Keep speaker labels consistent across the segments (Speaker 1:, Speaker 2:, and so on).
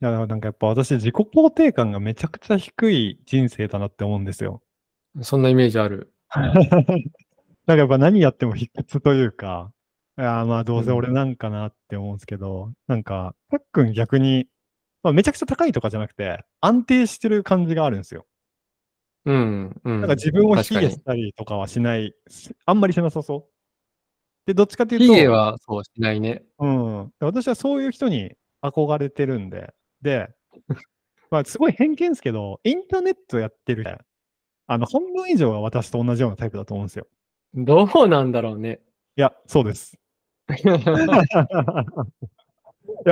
Speaker 1: いや、なんかやっぱ私、自己肯定感がめちゃくちゃ低い人生だなって思うんです よ。
Speaker 2: そんなイメージある。
Speaker 1: なんかやっぱ何やっても卑屈というか、いやまあどうせ俺なんかなって思うんですけど、なんか、たっくん逆に、まあ、めちゃくちゃ高いとかじゃなくて、安定してる感じがあるんですよ。
Speaker 2: うん、うん。
Speaker 1: なんか自分を
Speaker 2: 確
Speaker 1: 卑
Speaker 2: か
Speaker 1: 下
Speaker 2: に
Speaker 1: し。たりとかはしない、しあんまりしなさそう。で、どっちかっていうと、
Speaker 2: ヒゲはそうしないね。
Speaker 1: うん。私はそういう人に憧れてるんで、で、 まあ、すごい偏見ですけど、インターネットやってる人、あの、半分以上は私と同じようなタイプだと思うんですよ。
Speaker 2: どうなんだろ うね。
Speaker 1: いや、そうです。 いや、わ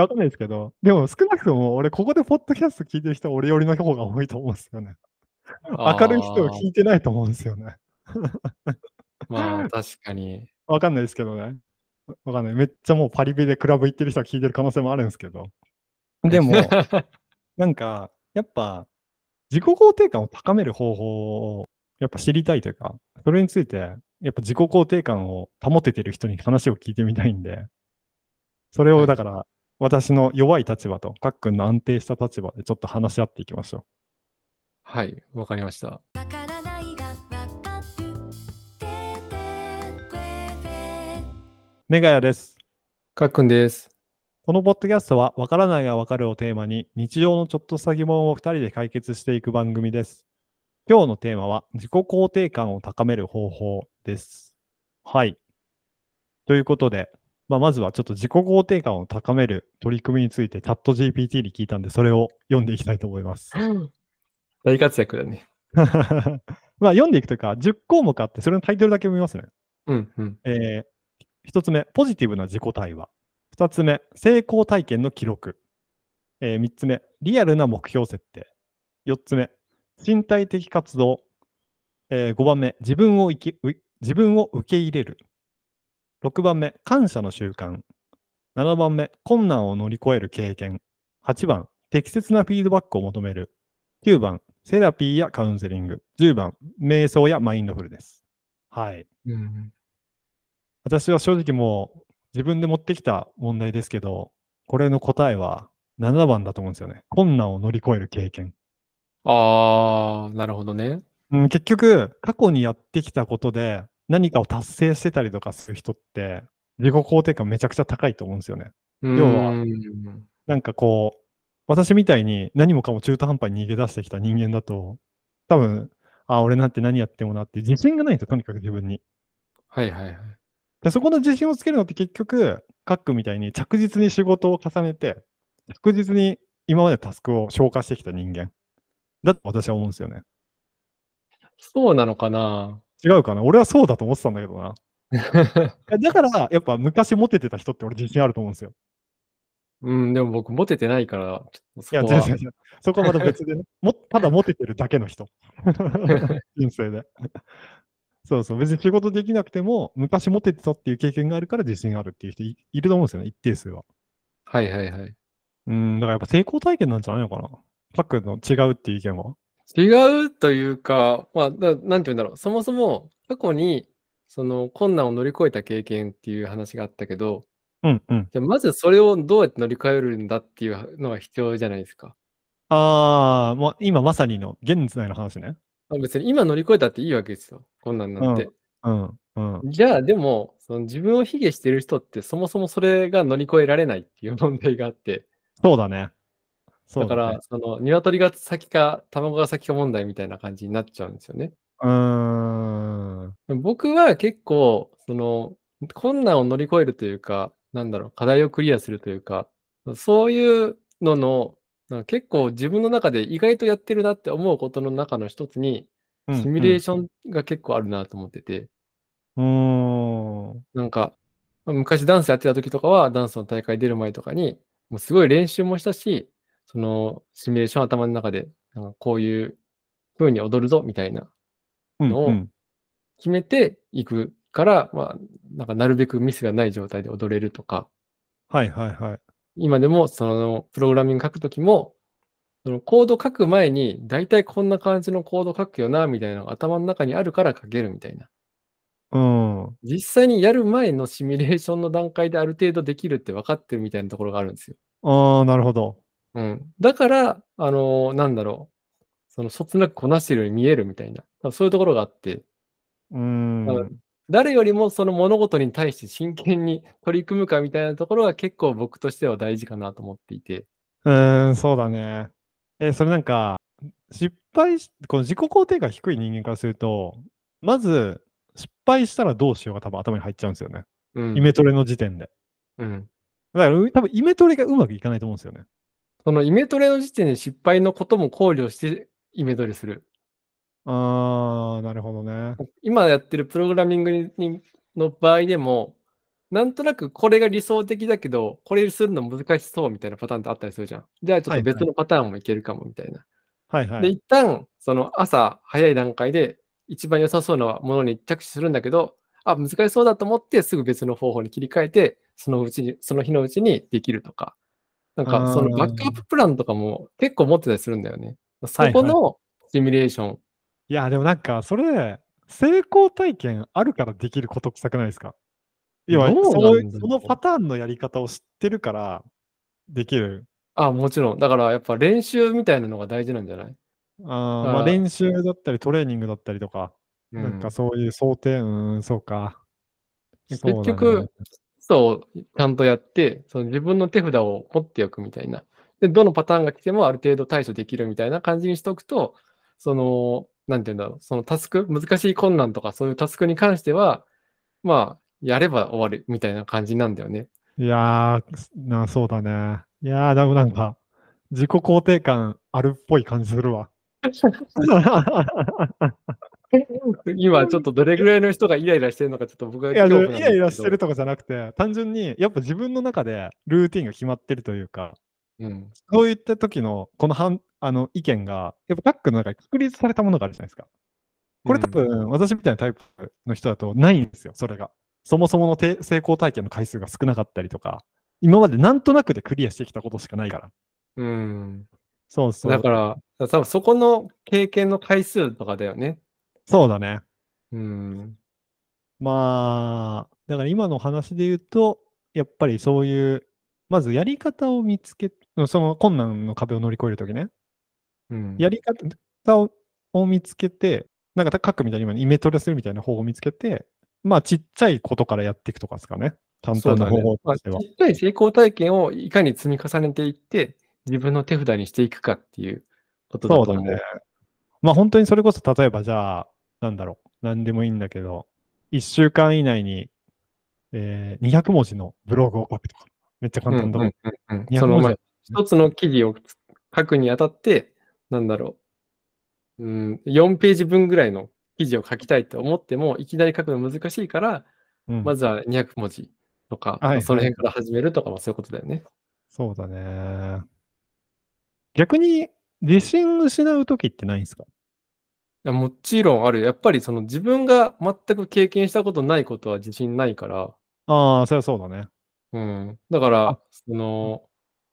Speaker 1: かんないですけど、でも少なくとも俺、ここでポッドキャスト聞いてる人は俺よりの方が多いと思うんですよね。明るい人を聞いてないと思うんですよね。
Speaker 2: まあ、確かに。
Speaker 1: わかんないですけどね。わかんない。めっちゃもうパリピでクラブ行ってる人は聞いてる可能性もあるんですけど。で も、なんか、やっぱ、自己肯定感を高める方法を、やっぱ知りたいというか、それについて、やっぱ自己肯定感を保ててる人に話を聞いてみたいんで、それ
Speaker 2: は
Speaker 1: を
Speaker 2: い
Speaker 1: だから、私の弱い立場と、かっくんの安定した立場でちょっと話し合っていきましょう。
Speaker 2: はい、わかりました。
Speaker 3: わからないがわかる。ててくえべ。
Speaker 1: メガヤです。
Speaker 2: かっくんです。
Speaker 1: このポッドキャストは、わからないがわかるをテーマに、日常のちょっとした疑問を2人で解決していく番組です。今日のテーマは、自己肯定感を高める方法です。はい。ということで、まあ、まずはちょっと自己肯定感を高める取り組みについて、チャット GPT に聞いたんで、それを読んでいきたいと思います。
Speaker 2: 大活躍だね。
Speaker 1: まあ、読んでいくというか、10項目あって、それのタイトルだけ読みますね。
Speaker 2: うん、うん。
Speaker 1: えー、1つ目、ポジティブな自己対話。2つ目、成功体験の記録。え3つ目、リアルな目標設定。4つ目、身体的活動。え5番目、自分を生きう自分を受け入れる。6番目、感謝の習慣。7番目、困難を乗り越える経験。8番、適切なフィードバックを求める。9番、セラピーやカウンセリング。10番、瞑想やマインドフルです。はい。
Speaker 2: うん、
Speaker 1: 私は正直もう自分で持ってきた問題ですけど、これの答えは7番だと思うんですよね。困難を乗り越える経験。
Speaker 2: ああ、なるほどね。
Speaker 1: うん、結局、過去にやってきたことで何かを達成してたりとかする人って、自己肯定感めちゃくちゃ高いと思うんですよね。
Speaker 2: 要
Speaker 1: はなんかこう、私みたいに何もかも中途半端に逃げ出してきた人間だと、多分、あ、俺なんて何やってもなって自信がないんですよ、とにかく自分に。
Speaker 2: はいはいはい。
Speaker 1: でそこの自信をつけるのって結局、カックみたいに着実に仕事を重ねて、着実に今までタスクを消化してきた人間だと私は思うんですよね。
Speaker 2: そうなのかな
Speaker 1: 違うかな俺はそうだと思ってたんだけどな。いやだから、やっぱ昔モテてた人って俺自信あると思うんですよ。
Speaker 2: うん、でも僕、モテてないから、ちょっとそ
Speaker 1: いや、
Speaker 2: こ
Speaker 1: 全
Speaker 2: は
Speaker 1: 然違う。そこはまた別でね。もただモテてるだけの人。人生で。そうそう。別に仕事できなくても、昔モテてたっていう経験があるから自信があるっていう人いいると思うんですよね。一定数は。
Speaker 2: はいはいはい。
Speaker 1: うん、だからやっぱ成功体験なんじゃないのかな。さっくんの違うっていう意見は。
Speaker 2: 違うというか、まあ、ななんて言うんだろう。そもそも、過去に、その困難を乗り越えた経験っていう話があったけど、
Speaker 1: うんうん。
Speaker 2: じゃあまずそれをどうやって乗り越えるんだっていうのが必要じゃないですか。
Speaker 1: ああ、もう今まさにの現在の話ね。
Speaker 2: まあ別に今乗り越えたっていいわけですよ。困難なんて。
Speaker 1: うんうん。
Speaker 2: じゃあでも、その自分を卑下してる人ってそもそもそれが乗り越えられないっていう問題があって、
Speaker 1: そうだね。そ
Speaker 2: だ
Speaker 1: う
Speaker 2: か
Speaker 1: だね
Speaker 2: ら、その鶏が先か卵が先か問題みたいな感じになっちゃうんですよね。
Speaker 1: うーん。
Speaker 2: 僕は結構、その困難を乗り越えるというか、なんだろう、課題をクリアするというか、そういうのの、なんか結構自分の中で意外とやってるなって思うことの中の一つに、
Speaker 1: うん
Speaker 2: シミュレーションが結構あるなと思ってて、
Speaker 1: うん。うーん。
Speaker 2: なんか、まあ昔ダンスやってた時とかは、ダンスの大会出る前とかに、もうすごい練習もしたし、そのシミュレーション頭の中で、なんかこういう風に踊るぞみたいな、
Speaker 1: うん
Speaker 2: の
Speaker 1: うん
Speaker 2: 決めていくから、まあ、なんかなるべくミスがない状態で踊れるとか、
Speaker 1: はいはいはい。
Speaker 2: 今でもそのプログラミング書くときも、そのコード書く前に、だいたいこんな感じのコード書くよな、みたいなのが頭の中にあるから書けるみたいな。
Speaker 1: うん。
Speaker 2: 実際にやる前のシミュレーションの段階である程度できるって分かってるみたいなところがあるんですよ。
Speaker 1: ああ、なるほど。
Speaker 2: うん。だから、あのーなんだろう。その、そつなくこなしてるように見えるみたいな。多分そういうところがあって、
Speaker 1: うーん。
Speaker 2: はい誰よりもその物事に対して真剣に取り組むかみたいなところが結構僕としては大事かなと思っていて。
Speaker 1: うーん、そうだね。えーそれなんか、失敗し、この自己肯定が低い人間からすると、まず、失敗したらどうしようが多分頭に入っちゃうんですよね。
Speaker 2: うん。
Speaker 1: イメトレの時点で。
Speaker 2: うん。
Speaker 1: だから、う多分イメトレがうまくいかないと思うんですよね。
Speaker 2: そのイメトレの時点で失敗のことも考慮してイメトレする。
Speaker 1: あー、なるほどね。
Speaker 2: 今やってるプログラミングににの場合でも、なんとなくこれが理想的だけど、これするの難しそうみたいなパターンってあったりするじゃん。じゃあちょっ
Speaker 1: はい
Speaker 2: と
Speaker 1: はい
Speaker 2: 別のパターンもいけるかもみたいな。
Speaker 1: はいは
Speaker 2: で、
Speaker 1: い。
Speaker 2: 一旦、その朝早い段階で一番良さそうなものに着手するんだけど、あ、難しそうだと思ってすぐ別の方法に切り替えて、そのうちに、その日のうちにできるとか。なん
Speaker 1: あー
Speaker 2: か、そのバックアッププランとかも結構持ってたりするんだよね。そこのシミュレーション。
Speaker 1: いや、でもなんか、それ、成功体験あるからできること臭くないですか要は
Speaker 2: どうな
Speaker 1: そ
Speaker 2: んだろう
Speaker 1: の、そのパターンのやり方を知ってるから、できる。
Speaker 2: あ、もちろん。だからやっぱ練習みたいなのが大事なんじゃない
Speaker 1: あーまあ、
Speaker 2: あー
Speaker 1: 練習だったり、トレーニングだったりとか、
Speaker 2: う
Speaker 1: なん
Speaker 2: ん
Speaker 1: かそういう想定、うーん、そうか。
Speaker 2: 結
Speaker 1: そうだね
Speaker 2: 局、そう、ちゃんとやって、その自分の手札を持っておくみたいな。で、どのパターンが来てもある程度対処できるみたいな感じにしとくと、その、なんて言うんだろう、そのタスク、難しい困難とかそういうタスクに関しては、まあ、やれば終わるみたいな感じなんだよね。
Speaker 1: いやー、すな、そうだね。いやー、でもなんか、自己肯定感あるっぽい感じする わ。
Speaker 2: 今、ちょっとどれぐらいの人がイライラしてるのか、ちょっと僕はい
Speaker 1: や、
Speaker 2: 恐
Speaker 1: で
Speaker 2: 怖
Speaker 1: も
Speaker 2: なんで
Speaker 1: イ
Speaker 2: す
Speaker 1: ラ
Speaker 2: けど
Speaker 1: イラしてるとかじゃなくて、単純に、やっぱ自分の中でルーティンが決まってるというか、
Speaker 2: うん。
Speaker 1: そういった時の、この反あの意見が、やっぱタックの中で確立されたものがあるじゃないですか。これ多
Speaker 2: うん
Speaker 1: 分、私みたいなタイプの人だとないんですよ、それが。そもそものて成功体験の回数が少なかったりとか、今までなんとなくでクリアしてきたことしかないから。
Speaker 2: うん。
Speaker 1: そうそう。
Speaker 2: だから、多分そこの経験の回数とかだよね。
Speaker 1: そうだね。
Speaker 2: うん。
Speaker 1: まあ、だから今の話で言うと、やっぱりそういう、まずやり方を見つけ、その困難の壁を乗り越えるときね、
Speaker 2: うん
Speaker 1: やり方をを見つけて、なんか書くみたいに今イメトレするみたいな方法を見つけて、まあちっちゃいことからやっていくとかですかね。簡
Speaker 2: そう
Speaker 1: 単な
Speaker 2: だ
Speaker 1: 方
Speaker 2: ね
Speaker 1: 法
Speaker 2: ま
Speaker 1: と
Speaker 2: あ
Speaker 1: しては。
Speaker 2: ちっちゃい成功体験をいかに積み重ねていって、自分の手札にしていくかっていうことだと
Speaker 1: そう
Speaker 2: 思う。
Speaker 1: だね。まあ本当にそれこそ例えばじゃあ、なんだろう、なんでもいいんだけど、1週間以内に、えー200文字のブログを書くとか、めっちゃ簡単だ
Speaker 2: う
Speaker 1: もん
Speaker 2: んうんうんうん
Speaker 1: 200
Speaker 2: その、
Speaker 1: 文字
Speaker 2: まあ
Speaker 1: だ
Speaker 2: 一つの記事を書くにあたって、なんだろう、うん、4ページ分ぐらいの記事を書きたいと思っても、いきなり書くの難しいから、
Speaker 1: うん
Speaker 2: まずは200文字とか、
Speaker 1: はい
Speaker 2: まあその辺から始めるとかもそういうことだよね。
Speaker 1: そうだね。逆に自信失うときってないんですか
Speaker 2: いやもちろんある。やっぱりその自分が全く経験したことないことは自信ないから、
Speaker 1: ああ、そりゃそうだね。
Speaker 2: うん。だから、その、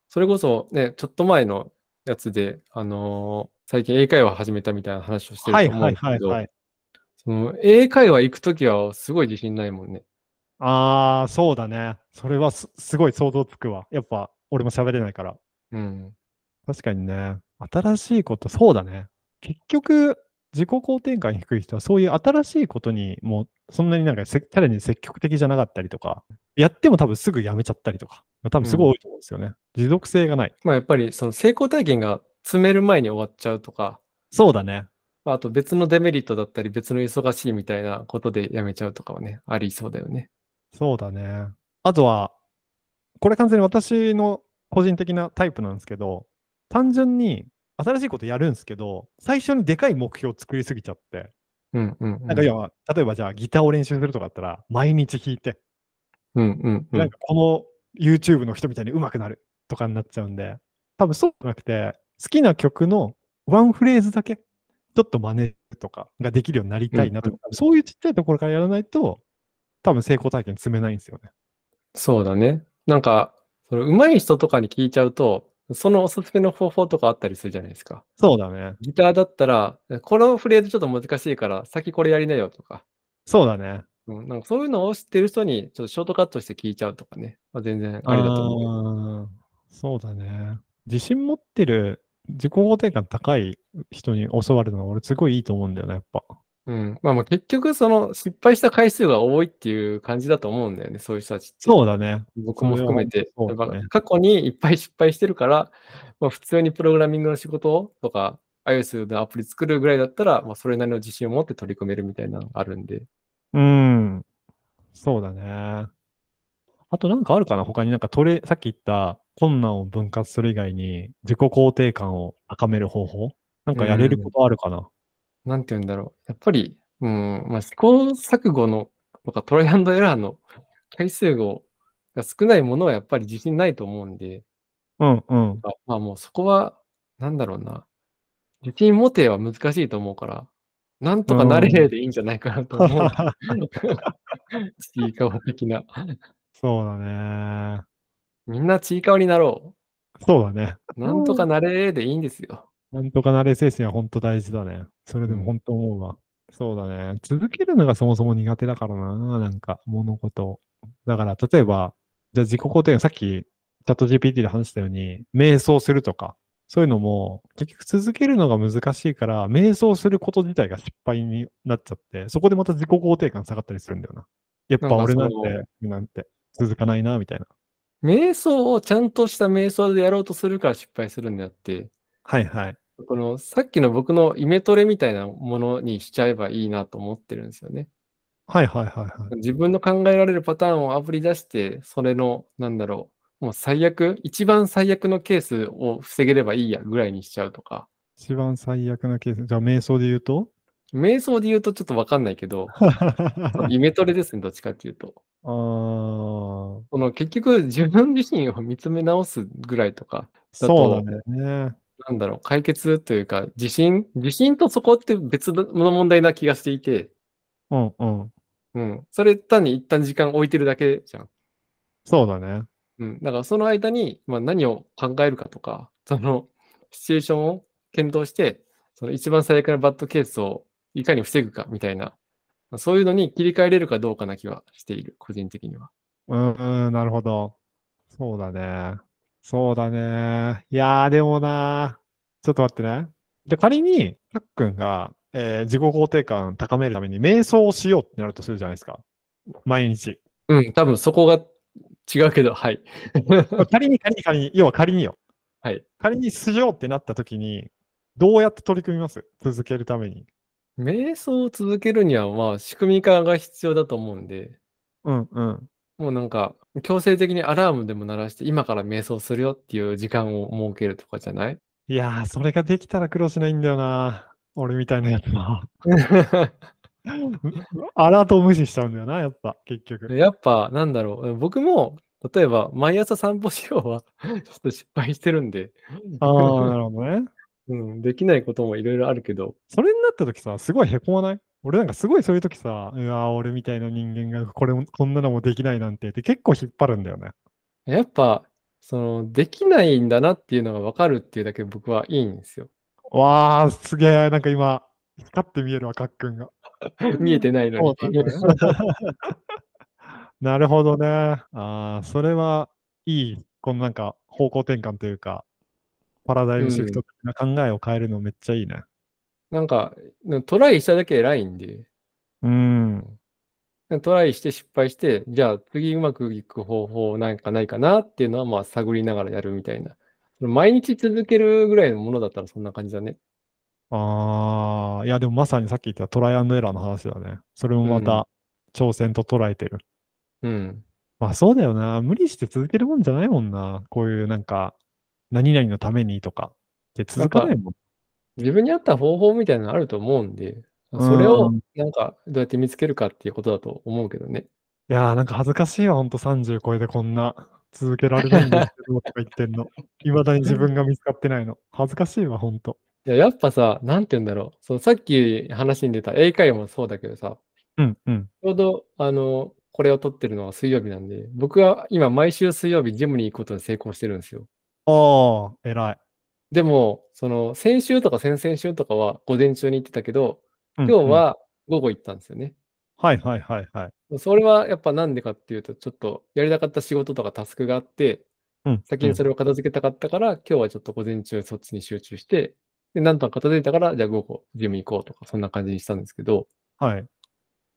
Speaker 2: それこそね、ちょっと前のやつで、あのー最近英会話始めたみたいな話をして
Speaker 1: は
Speaker 2: る
Speaker 1: い
Speaker 2: と思う
Speaker 1: は
Speaker 2: ん
Speaker 1: い
Speaker 2: です
Speaker 1: は
Speaker 2: け
Speaker 1: い
Speaker 2: ど、
Speaker 1: はい。
Speaker 2: その英会話行くときはすごい自信ないもんね。
Speaker 1: ああ、そうだね。それはすすごい想像つくわ。やっぱ俺も喋れないから。
Speaker 2: うん。
Speaker 1: 確かにね。新しいこと、そうだね。結局、自己肯定感低い人はそういう新しいことにもうそんなになんかせチャレンジ積極的じゃなかったりとか、やっても多分すぐやめちゃったりとか、多分すごい多いと思うんですよね。持続性がない。
Speaker 2: まあやっぱりその成功体験が詰める前に終わっちゃうとか、
Speaker 1: そうだね。
Speaker 2: まああと別のデメリットだったり別の忙しいみたいなことでやめちゃうとかはね、ありそうだよね。
Speaker 1: そうだね。あとは、これ完全に私の個人的なタイプなんですけど、単純に新しいことやるんですけど、最初にでかい目標を作りすぎちゃって、
Speaker 2: うんうん、うん。
Speaker 1: なんか要は、例えばじゃあギターを練習するとかだったら、毎日弾いて、
Speaker 2: うんうんうん
Speaker 1: なんかこの YouTube の人みたいに上手くなるとかになっちゃうんで、多分そうじゃなくて、好きな曲のワンフレーズだけ、ちょっと真似とかができるようになりたいなとか、
Speaker 2: うんうん
Speaker 1: そういうちっちゃいところからやらないと、多分成功体験積めないんですよね。
Speaker 2: そうだね。なんか、その上手い人とかに聞いちゃうと、そのおすすめの方法とかあったりするじゃないですか。
Speaker 1: そうだね。
Speaker 2: ギターだったら、えこのフレーズちょっと難しいから、先これやりなよとか、
Speaker 1: そうだね。
Speaker 2: うん、なんかそういうのを知ってる人に、ちょっとショートカットして聞いちゃうとかね、まあ、全然ありだと思うよ。
Speaker 1: あーそうだね。自信持ってる自己肯定感高い人に教わるのが俺すごいいいと思うんだよね、やっぱ。
Speaker 2: うん。まあまあ結局、その失敗した回数が多いっていう感じだと思うんだよね、そういう人たちって。
Speaker 1: そうだね。
Speaker 2: 僕も含めて。
Speaker 1: それは本当そうだね
Speaker 2: やっぱ過去にいっぱい失敗してるから、まあ、普通にプログラミングの仕事とか、iOS のアプリ作るぐらいだったら、まあ、それなりの自信を持って取り組めるみたいなのがあるんで。
Speaker 1: うん。そうだね。あとなんかあるかな他になんかトレ、さっき言った困難を分割する以外に自己肯定感を高める方法なんかやれることあるかな
Speaker 2: なんて言うんだろう。やっぱり、うん、まあ、試行錯誤のとかトライアンドエラーの 回数が少ないものはやっぱり自信ないと思うんで、
Speaker 1: うんうん。
Speaker 2: まあまあもうそこは、なんだろうな。自信持ては難しいと思うから、なんとかなれ
Speaker 1: う
Speaker 2: でいいんじゃないかなと思う。ちいかわ的な。
Speaker 1: そうだね。
Speaker 2: みんなちいかわになろ
Speaker 1: そうだね。
Speaker 2: う。なんとかなれでいいんですよ。
Speaker 1: なんとかなれ精神は本当大事だね。それでも本当思うわ。そうだね。続けるのがそもそも苦手だからな。なんか物事を。だから例えば、じゃあ自己肯定感、さっきチャット GPT で話したように、瞑想するとか、そういうのも結局続けるのが難しいから、瞑想すること自体が失敗になっちゃって、そこでまた自己肯定感下がったりするんだよな。やっぱ俺なん
Speaker 2: なん
Speaker 1: て、なんて続かないな、みたいな。
Speaker 2: 瞑想をちゃんとした瞑想でやろうとするから失敗するんであって、
Speaker 1: はいはい。
Speaker 2: このさっきの僕のイメトレみたいなものにしちゃえばいいなと思ってるんですよね。
Speaker 1: はいはいはいはい。
Speaker 2: 自分の考えられるパターンをあぶり出して、それの、なんだろう、もう最悪、一番最悪のケースを防げればいいやぐらいにしちゃうとか。
Speaker 1: 一番最悪なケース。じゃあ瞑想で言うと
Speaker 2: 瞑想で言うとちょっとわかんないけど、 イメトレですね、どっちかっていうと。
Speaker 1: ああ、
Speaker 2: この結局自分自身を見つめ直すぐらいとか、だと
Speaker 1: そうだね。
Speaker 2: なんだろう、解決というか、自信自信とそこって別の問題な気がしていて、
Speaker 1: うんうん。
Speaker 2: うん。それ単に一旦時間置いてるだけじゃん。
Speaker 1: そうだね。
Speaker 2: うん。だからその間に、まあ、何を考えるかとか、 そのシチュエーションを検討して、その一番最悪なバッドケースをいかに防ぐかみたいな、まあそういうのに切り替えれるかどうかな気はしている、個人的には。
Speaker 1: うん、うん、なるほど。そうだね。そうだね。いやー、でもなーちょっと待ってね。で、仮に、たっくんが、えー自己肯定感高めるために瞑想をしようってなるとするじゃないですか。毎 日。
Speaker 2: うん、多分そこが違うけど、はい。
Speaker 1: 仮に仮に仮に、要は仮によ。
Speaker 2: はい。
Speaker 1: 仮にしようってなった時に、どうやって取り組みます続けるために。
Speaker 2: 瞑想を続けるには、まあ、仕組み化が必要だと思うんで、
Speaker 1: うんうん。
Speaker 2: もうなんか、強制的にアラームでも鳴らして、今から瞑想するよっていう時間を設けるとかじゃない
Speaker 1: いやー、それができたら苦労しないんだよな。俺みたいなやつは。アラートを無視しちゃうんだよな、やっぱ、結局。
Speaker 2: やっぱ、なんだろう、僕も、例えば、毎朝散歩しようは ちょっと失敗してるんで、
Speaker 1: ああ、なるほどね。
Speaker 2: うん、できないこともいろいろあるけど、
Speaker 1: それになった時さ、すごいへこまない俺なんかすごいそういう時さ、うわー、俺みたいな人間がこれも、こんなのもできないなんてって結構引っ張るんだよね。
Speaker 2: やっぱ、その、できないんだなっていうのが分かるっていうだけで僕はいいんですよ。
Speaker 1: わー、すげー、なんか今、光って見えるわ、かっくんが。
Speaker 2: 見えてないのに。
Speaker 1: なるほどね。ああ、それはいい、このなんか方向転換というか、パラダイムシフト的な考えを変えるのめっちゃいいね。
Speaker 2: なんか、トライしただけ偉いんで、
Speaker 1: うん。
Speaker 2: トライして失敗して、じゃあ次うまくいく方法なんかないかなっていうのはまあ探りながらやるみたいな。その毎日続けるぐらいのものだったらそんな感じだね。
Speaker 1: ああ、いやでもまさにさっき言ったトライアンドエラーの話だね。それもまた挑戦と捉えてる。
Speaker 2: うん。
Speaker 1: まあそうだよな。無理して続けるもんじゃないもんな。こういうなんか、何々のためにとか。で、続かないもん。
Speaker 2: 自分に合った方法みたいなのあると思うんで、それ
Speaker 1: う
Speaker 2: を
Speaker 1: ん
Speaker 2: なんかどうやって見つけるかっていうことだと思うけどね。
Speaker 1: いやーなんか恥ずかしいわ。ほんと30超えてこんな続けられないんですけどとか言ってんの。いまだに自分が見つかってないの。恥ずかしいわ、ほんと。
Speaker 2: いややっぱさ、なんて言うんだろう。そのさっき話に出た英会話もそうだけどさ、
Speaker 1: うんうん。
Speaker 2: ちょうど、あの、これを撮ってるのは水曜日なんで、僕は今毎週水曜日ジムに行くことに成功してるんですよ。
Speaker 1: ああ、偉い。
Speaker 2: でも、その、先週とか先々週とかは午前中に行ってたけど、
Speaker 1: 今
Speaker 2: 今日、は午後行ったんですよね。
Speaker 1: はいはいはいはい。
Speaker 2: それはやっぱなんでかっていうと、ちょっとやりたかった仕事とかタスクがあって、
Speaker 1: うん
Speaker 2: 先にそれを片付けたかったから、今日はちょっと午前中そっちに集中して、で、なんとか片付いたから、じゃあ午後、ジム行こうとか、そんな感じにしたんですけど、
Speaker 1: うんはい。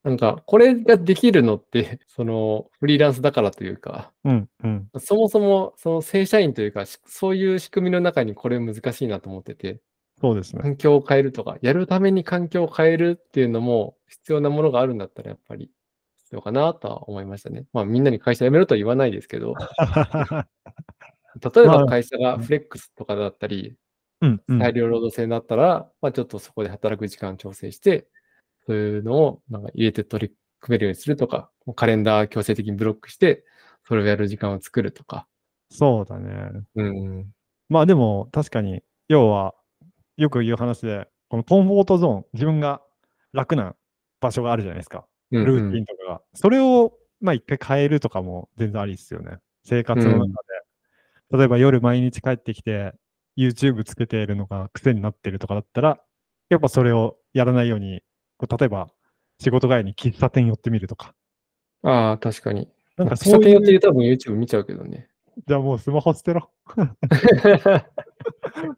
Speaker 2: なんか、これができるのって、 その、フリーランスだからというか、
Speaker 1: うん、うん。
Speaker 2: そもそも、その正社員というか、しそういう仕組みの中にこれ難しいなと思ってて、
Speaker 1: そうですね。
Speaker 2: 環境を変えるとか、やるために環境を変えるっていうのも必要なものがあるんだったら、やっぱり必要かなとは思いましたね。まあ、みんなに会社辞めろとは言わないですけど、 例え
Speaker 1: まあ
Speaker 2: ば会社が
Speaker 1: うん
Speaker 2: フレックスとかだったり、
Speaker 1: うん、うん。
Speaker 2: 大量労働制になったら、まあ、ちょっとそこで働く時間を調整して、そういうのをなんか入れて取り組めるようにするとか、もうカレンダー強制的にブロックして、それをやる時間を作るとか。
Speaker 1: そうだね。
Speaker 2: うん。
Speaker 1: まあでも確かに、要はよく言う話で、このコンフォートゾーン、自分が楽な場所があるじゃないですか。
Speaker 2: うん
Speaker 1: ルーティンとかが。それを、まあ一回変えるとかも全然ありですよね。生活の中で。例えば夜毎日帰ってきて、YouTube つけてるのが癖になってるとかだったら、やっぱそれをやらないように、こう例えば仕事帰りに喫茶店寄ってみるとか。
Speaker 2: うんああ、確かに。
Speaker 1: なんか
Speaker 2: 喫茶
Speaker 1: そう
Speaker 2: 店
Speaker 1: い
Speaker 2: 寄って
Speaker 1: う、
Speaker 2: る多分 YouTube 見ちゃうけどね。
Speaker 1: じゃあもうスマホ捨てろ。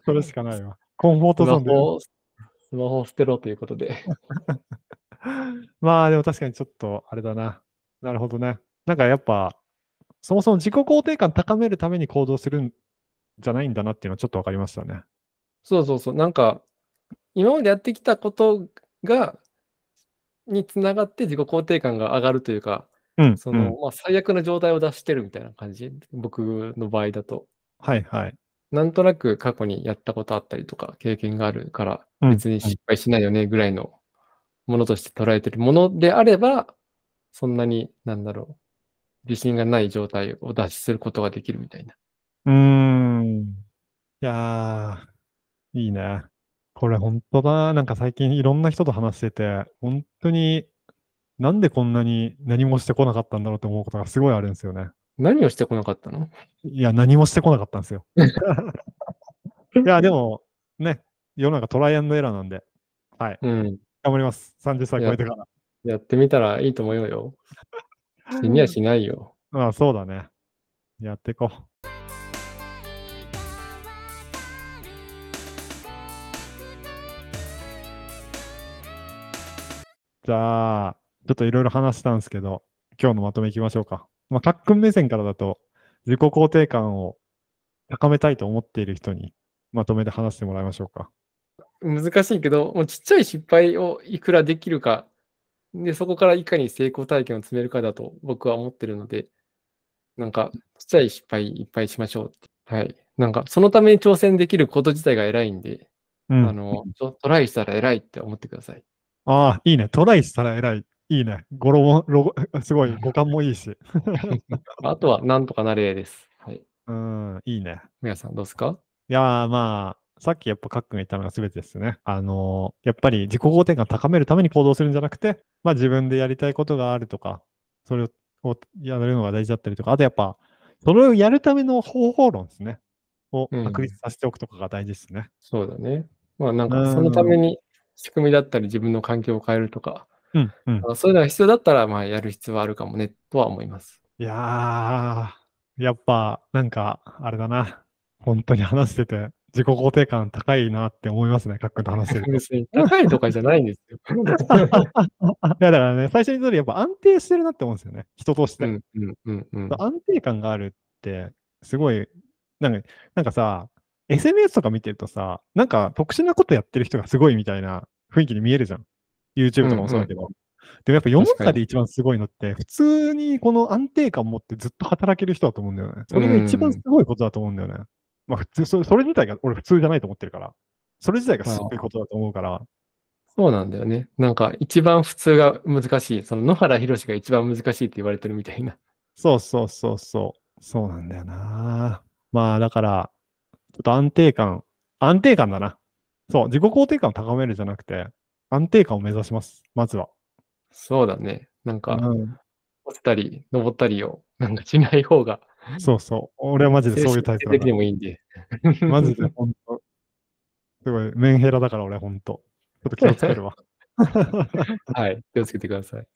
Speaker 1: それしかないわ。コンフォー
Speaker 2: ス
Speaker 1: トゾー
Speaker 2: マ
Speaker 1: ンで。
Speaker 2: ホを、スマホを捨てろということで。
Speaker 1: まあでも確かにちょっとあれだな。なるほどね。なんかやっぱ、そもそも自己肯定感高めるために行動するんじゃないんだなっていうのはちょっとわかりましたね。
Speaker 2: そうそうそう。なんか、今までやってきたことが、につながって自己肯定感が上がるというか、
Speaker 1: うん。
Speaker 2: そ
Speaker 1: うん
Speaker 2: の、まあ、最悪の状態を出してるみたいな感じ。僕の場合だと。
Speaker 1: はいはい。
Speaker 2: なんとなく過去にやったことあったりとか、経験があるから、
Speaker 1: うん
Speaker 2: 別に失敗しないよねぐらいのものとして捉えてるものであれば、そんなに、なんだろう、自信がない状態を脱出することができるみたいな。
Speaker 1: うーん。いやー、いいね。これ本当だな。なんか最近いろんな人と話してて、本当になんでこんなに何もしてこなかったんだろうと思うことがすごいあるんですよね。
Speaker 2: 何をしてこなかったの
Speaker 1: いや、何もしてこなかったん ですよ。いや、でも、ね、世の中トライアンドエラーなんで、はい。
Speaker 2: うん。
Speaker 1: 頑張ります。30歳
Speaker 2: い
Speaker 1: 超
Speaker 2: や
Speaker 1: えてから。
Speaker 2: やってみたらいいと思うよ。死にはしないよ。
Speaker 1: まあ、そうだね。やっていこう。じゃあ、ちょっといろいろ話したんですけど、今日のまとめいきましょうか。まあ、かっくん目線からだと、自己肯定感を高めたいと思っている人にまとめて話してもらいましょうか。
Speaker 2: 難しいけど、もうちっちゃい失敗をいくらできるか、で、そこからいかに成功体験を積めるかだと僕は思ってるので、なんか、ちっちゃい失敗いっぱいしましょうって。はい。なんか、そのために挑戦できること自体が偉いんで、
Speaker 1: うん、
Speaker 2: あの、ちょトライしたら偉いって思ってください。
Speaker 1: ああ、いいね。トライしたら偉い。いいね。語呂も、ロゴ すごい、語感もいいし。
Speaker 2: あとは、なんとかなれです。はい。
Speaker 1: うん、いいね。
Speaker 2: 皆さんどうですか
Speaker 1: いやーまあ、さっきやっぱカックンが言ったのが全てですね。あのーやっぱり自己肯定感高めるために行動するんじゃなくて、まあ自分でやりたいことがあるとか、それをやるのが大事だったりとか、あとやっぱ、それをやるための方法論ですね。を
Speaker 2: うん
Speaker 1: 確立させておくとかが大事ですね。
Speaker 2: そうだね。まあ、なん
Speaker 1: う
Speaker 2: か、
Speaker 1: ん
Speaker 2: そのために仕組みだったり、自分の環境を変えるとか、
Speaker 1: うん、うん。
Speaker 2: あそういうのが必要だったら、まあ、やる必要はあるかもね、とは思います。
Speaker 1: いやー、やっぱ、なんか、あれだな。本当に話してて、自己肯定感高いなって思いますね、カックンと話 してると。
Speaker 2: 別に高いとかじゃないんですよ。
Speaker 1: いや、だからね、最初に言った通りやっぱ安定してるなって 思うんですよね、人として。
Speaker 2: うんうんうんうん。
Speaker 1: 安定感があるって、すごい、なんか、なんかさ、SNS とか見てるとさ、なんか特殊なことやってる人がすごいみたいな雰囲気に見えるじゃん。YouTube とかもそうだけど。でもやっぱ世の
Speaker 2: 確か
Speaker 1: 中
Speaker 2: に
Speaker 1: で一番すごいのって、普通にこの安定感持ってずっと働ける人だと思うんだよね。それが一番すごいことだと思うんだよね。まあ普通、それそれ自体が俺普通じゃないと思ってるから。それ自体がすごいことだと思うから。
Speaker 2: そうなんだよね。なんか一番普通が難しい。その野原宏が一番難しいって言われてるみたいな。
Speaker 1: そうそうそうそう。そうなんだよな。まあだから、ちょっと安定感、安定感だな。そう、自己肯定感を高めるじゃなくて、安定感を目指します。まずは。
Speaker 2: そうだね。なんか
Speaker 1: うん
Speaker 2: 落ちたり登ったりをなんかしない方が
Speaker 1: そうそう。俺はマジでそういうタイプ
Speaker 2: 的に
Speaker 1: だ
Speaker 2: もいいんで。
Speaker 1: な。マジ で本当。すごい、メンヘラだから俺本当。ちょっと気をつけるわ。
Speaker 2: はい。気をつけてください。